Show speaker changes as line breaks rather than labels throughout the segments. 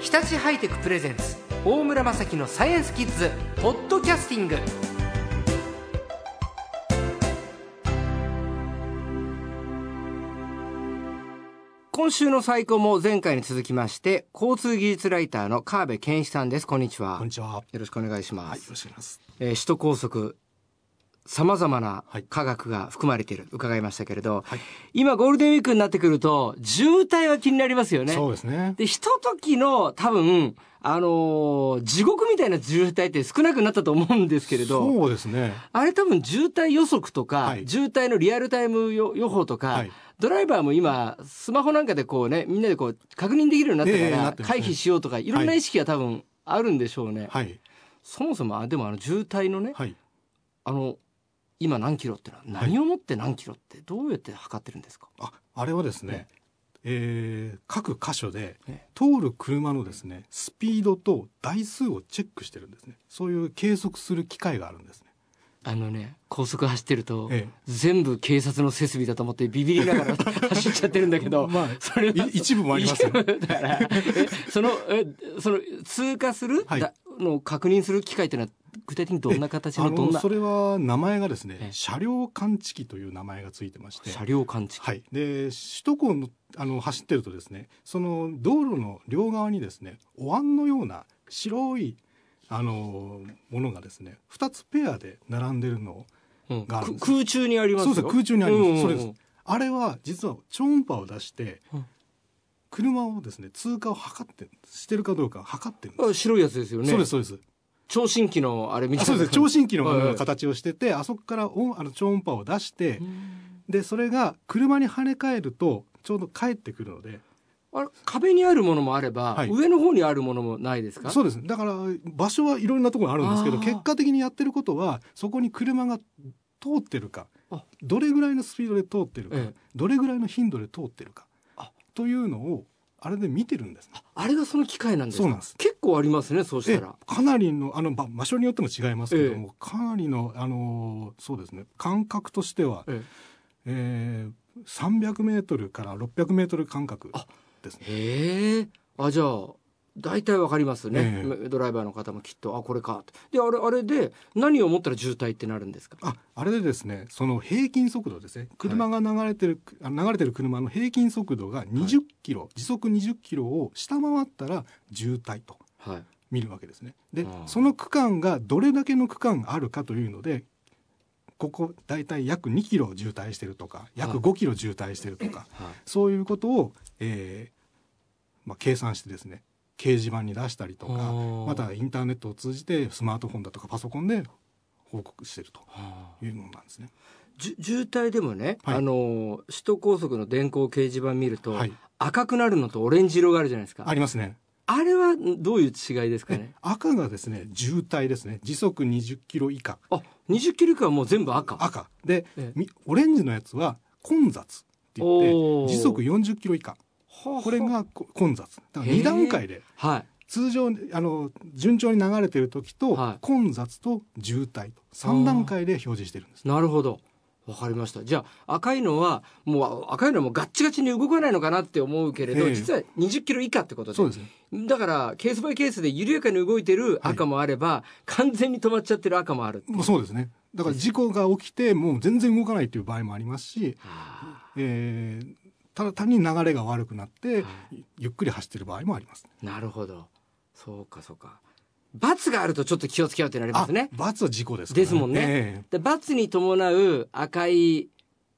日立ハイテクプレゼンツ大村雅樹のサイエンスキッズポッドキャスティング今週の最高も前回に続きまして交通技術ライターの川辺健一さんですこんにちは
こんにちは。
よろしくお願いしま
はい、
す
よ、ろしくお願いします。
えー首都高速さまざまな
はい
科学が含まれている、伺いましたけれど、
はい
今ゴールデンウィークになってくると渋滞は気になりますよね
そうですね。
で、ひとときの多分、あのー地獄みたいな渋滞って少なくなったと思うんですけれど、
そうですね。
あれ多分渋滞予測とか、
はい
渋滞のリアルタイム予予報とか、
はい
ドライバーも今、スマホなんかでこうね、みんなでこう確認できるようになって
ええ
か
な
ら
っ、てますね
回避しようとか、いろんな意識が多分あるんでしょうね。
はい。
そもそも、あでもあの渋滞のね、
はい。
あの、今何キロってのは、
い
何をもって何キロってどうやって測ってるんですか、
あ、あれはですね。えー各箇所で
え
通る車のですねスピードと台数をチェックしてるんですねそういう計測する機械があるんですね
あのね、高速走ってると、
ええ
全部警察の設備だと思ってビビりながら 走っちゃってるんだけど、
まあ
それはい
一部もありますよ
一部だ から、えその、えその、通過する、
はい
だの確認する機械っていうのは、具体的にどんな形
あ
の、どん
の
な
それは名前がです
ええ
ね車両感知器という名前がついてまして
車両感知器。
はい、で首都高のあの走ってるとですねその道路の両側にですねお椀のような白いあのものがですね2つペアで並んでるのを
うん
がある
く空中にありますよ
そうです空中にあります、
うんうんうん
それですあれは実は超音波を出して、
うん
車をですね通過を測ってしてるかどうか測ってるんです、
あ白いやつですよね。
そうですそうです
聴診器のあれみ
あ
たいな。
そうです聴診器の
はい
よう
はい
な形をしてて、あそこから音あの超音波を出して、
うん
でそれが車に跳ね返るとちょうど帰ってくるので
あれ壁にあるものもあれば、
はい
上の方にあるものもないですか
そうですだから場所はいろんなところあるんですけ
あ
ど
ー
結果的にやってることはそこに車が通ってるか
あ
どれぐらいのスピードで通ってるか、
ええ
どれぐらいの頻度で通ってるか
あ
というのをあれで見てるんですね。
あれがその機械なんですか
そうなんです
結構ありますね、そうした
え
ら。
えかなりのあのば場所によっても違いますけども、かなりのあのーそうですね間隔としては、
え
えー、300メートルから600メートル間隔ですね。
へえ。あ、じゃあ、大体わかりますね、
え
ドライバーの方もきっと、あ、これかって。で、あれ、あれで、何を思ったら渋滞ってなるんですか
ああれでですねその平均速度ですね車が流れてる、あ流れてる車の平均速度が20キロ、時速20キロを下回ったら渋滞と
はい。
見るわけですねで、
うん
その区間がどれだけの区間あるかというのでここだいたい約2キロ渋滞してるとか
は
約
い
5キロ渋滞してるとか、
はい。
そういうことを、えーまあ、計算してですね掲示板に出したりとか
あー
またインターネットを通じてスマートフォンだとかパソコンで報告してると
はあ
いうものなんですね。
じゅ渋滞でもね、
はい
あの首都高速の電光掲示板見ると、
はい
赤くなるのとオレンジ色があるじゃないですか
ありますね。
あれはどういう違いですかね
赤がですね渋滞ですね時速20キロ以下
あ20キロ以下はもう全部赤
赤で、
ええ
みオレンジのやつは混雑って言って
おー
時速40キロ以下これがこ混雑だから
へ
2
え
段階で
はい
通常あの順調に流れてる時と、
はい
混雑と渋滞と3段階で表示してるんです。
なるほど。わかりました。じゃあ、赤いのは、もう、赤いのはもうガッチガチに動かないのかなって思うけれど、
ええ
実は20キロ以下ってことで。
そうですね
だから、ケースバイケースで緩やかに動いてる赤もあれば、完全に止まっちゃってる赤もある。
もうそうですね。だから事故が起きてもう全然動かないという場合もありますし、えーただ単に流れが悪くなって、
は
ゆっくり走ってる場合もあります。
なるほど。そうか、そうか。罰があるとちょっと気をつけようってなりますね。
あ罰は事故ですから、
ですもんね。
ええ
で罰に伴う赤い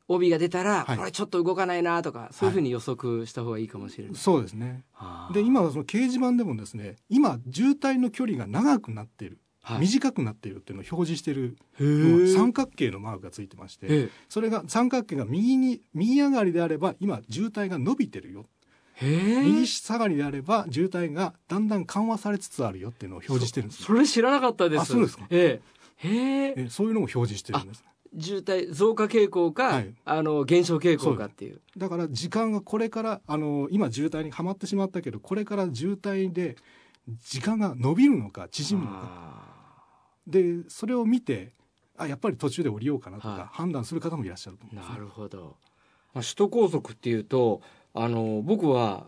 帯が出たら、
はい
これちょっと動かないなとか、そういうふうに予測した方がいいかもしれない。
そうですね。
あー
で、今はその掲示板でもですね、今渋滞の距離が長くなっている、
はい
短くなっているっていうのを表示している
へ
のが
ー
三角形のマークがついてまして、
ええ
それが三角形が右に右上がりであれば今渋滞が伸びてるよ
へー
右下がりであれば渋滞がだんだん緩和されつつあるよっていうのを表示してるんですよ
それ知らなかったです。
あそうですか
ええ。へえ。
えそういうのも表示してるんです
渋滞増加傾向か、
はい
あの減少傾向かっていう。
だから時間がこれからあの今渋滞にはまってしまったけどこれから渋滞で時間が伸びるのか縮むのか
あ
でそれを見てあやっぱり途中で降りようかなと
はい
か判断する方もいらっしゃると思
ー
うんです
な
ね
るほど。まあ首都高速っていうと、あの僕は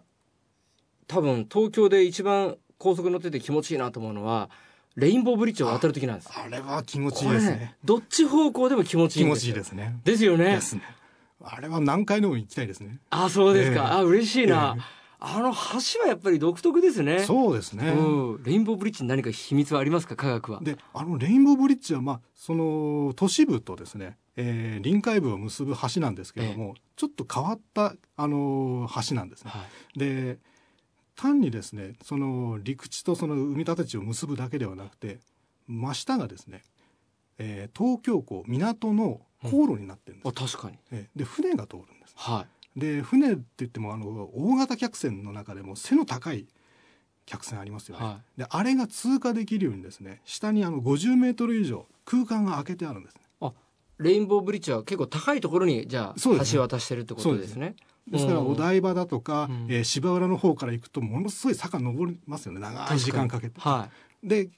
多分東京で一番高速乗ってて気持ちいいなと思うのはレインボーブリッジを渡る時なんです
あれは気持ちいいです
これ
ね。
どっち方向でも気持ちいい
気
ん
持
です
ちいい
よ
ですね。
ですよね
ですね。あれは何回でも行きたいですね。
あそうですか、
ええ
あ嬉しいな、
ええ
あの橋はやっぱり独特ですね
そうですね。
うん、レインボーブリッジに何か秘密はありますか科学は
で、あのレインボーブリッジは、まあ、その都市部とですね、えー臨海部を結ぶ橋なんですけども、ちょっと変わった、あのー橋なんですね。
はい
で、単にですね、その陸地とその海立て地を結ぶだけではなくて、真下がですね、えー東京港、港の航路になってるんです
あ、確かに
えーで、船が通るんです。
は
で船って言ってもあの大型客船の中でも背の高い客船あります
い
よね、
は
であれが通過できるようにですね下にあの50メートル以上空間が空けてあるんですね
いレインボーブリッジは結構高いところにじゃあ
そうですね
橋渡してるってことですね
ですから
うん
お台場だとか、
うん
えー芝浦の方から行くとものすごい坂登りますよね長い時間かけて
は
で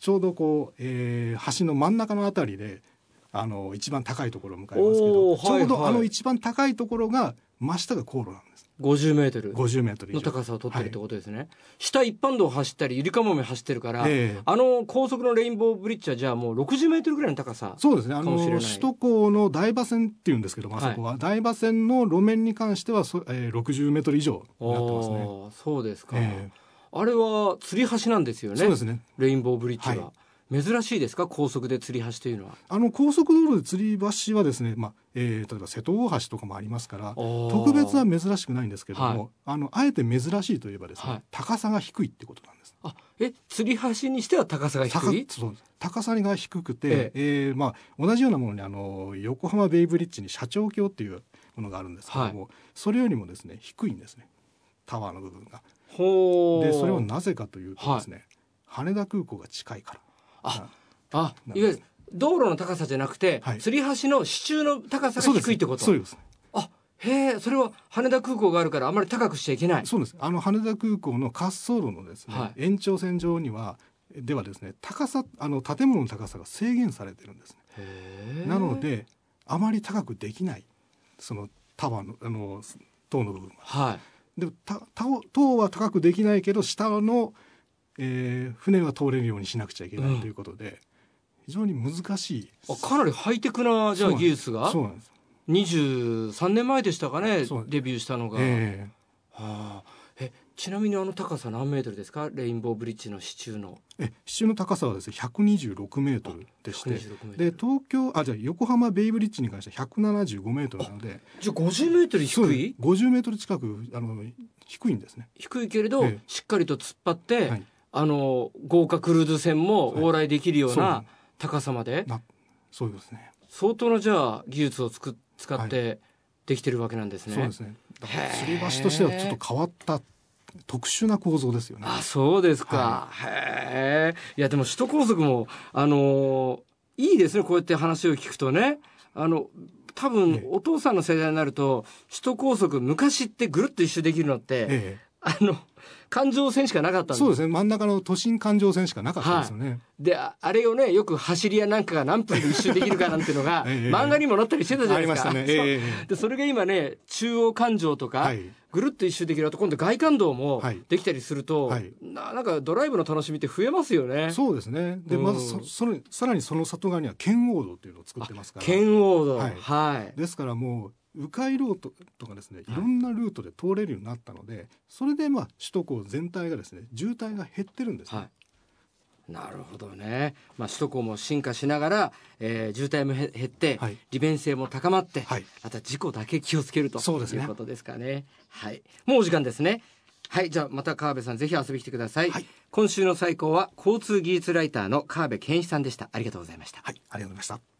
ちょうどこう、えー橋の真ん中のあたりであの一番高いところを迎えますけど、
おーはい
ちょうどあ
は
の
い
一番高いところが真下が航路なんです
い50メートル
50メートル以
の
上。
高さを取ってるってことですね、下一般道を走ったりゆりかもめ走ってるから、
ええ
あの高速のレインボーブリッジはじゃあもう60メートルぐらいの高さ
そうですね。あ
か
の
もしれない
首都高の台場線っていうんですけども、あそこは、台場線の路面に関してはそ、えー、60メートル以上になってますね。
ああそうですか、
え
あれは吊り橋なんですよ
え
ね
そうですね。
レインボーブリッジは、珍しいですか高速で吊り橋というのは
あの高速道路で吊り橋はですね、まあ、えー例えば瀬戸大橋とかもありますから、特
特
別は珍しくないんですけども、
はい
あのあえて珍しいといえばですね、
はい
高さが低いってことなんです。
あえ吊り橋にしては高さが
高
低い
そう高さが低くて、
え
えーまあ、同じようなものにあの横浜ベイブリッジに社長橋っていうものがあるんですけども、それよりもですね低いんですねタワーの部分が。
ほ
でそれは
う
なぜかというとですね、羽田空港が近いから
ああ
ない
わゆる道路の高さじゃなくて、
はい
吊り橋の支柱の高さ
そう
が
です
低いってこと
そうです
あへえそれは羽田空港があるからあまり高くしちゃいけない
そうですあの羽田空港の滑走路のですね、
は
延長線上にはではですね高さあの建物の高さが制限されてるんですね、
へえ
なのであまり高くできないそのタワーのあの塔の部分は
はい
でもたた塔は高くできないけど下の、えー船は通れるようにしなくちゃいけな
うん
いということで、非常に難しい
あかなりハイテクなじゃあ
そうなん
技術が
そうなんです、
23年前でしたかね
そう
デビューしたのが、
えー
はあえちなみにあの高さ何メートルですかレインボーブリッジの支柱の
え支柱の高さはですね126メートルでし
126
て
メート
で
ル
東京あじゃあ横浜ベイブリッジに関しては175メートルなので
じゃあ50メートル
そう
低
で
い
す50メートル近くあの低いんですね
低いけれど、
ええ
しっかりと突っ張って、
はい
あの豪華クルーズ船も
はい
往来できるよう
そう
な
な
高さまで、
なそうですね
相当なじゃあ技術をつく使ってできてるわけなんですね。
そうですねだから
へ
吊
ー
り橋としてはちょっと変わった特殊な構造ですよね
あそうですか、へえいやでも首都高速もあのーいいですねこうやって話を聞くとねあの多
え
分
え
お父さんの世代になると首都高速昔ってぐるっと一周できるのって、
え
あの環状線しかなかっ
え
たん
そう
で
ですすね真ん中の都心環状線しかなかったですよね、
でああれをねよく走り屋なんかが何分で一周できるかなんてのが
ええええ
漫画にも載ったりしてたじゃ
あ
ない
り
で
ますし
か。
たねえ
そう
ええ
でそれが今ね中央環状と
え
か、
はい
ぐるっと一周できると今度外環道も
はい
できたりすると、
はい
ななんかドライブの楽しみって増えますよね。
そうですねで
うん
まずそそれさらにその里側には圏央道っていうのを作ってますから
圏央道は
はいい、ですからもう迂回ルートとかですねいろんなルートで通れるようになったので、それでまあ首都高全体がですね渋滞が減ってるんですね、
はいなるほどね、まあ、首都高も進化しながら、えー渋滞もへ減って、
はい
利便性も高まって、
はい
あとは事故だけ気をつけると
そうですね
いうことですかね。はい、もうお時間ですね。はい、じゃあまた川辺さんぜひ遊びに来てください。
はい
今週の最高は交通技術ライターの川辺健一さんでした。ありがとうございました。
はい、ありがとうございました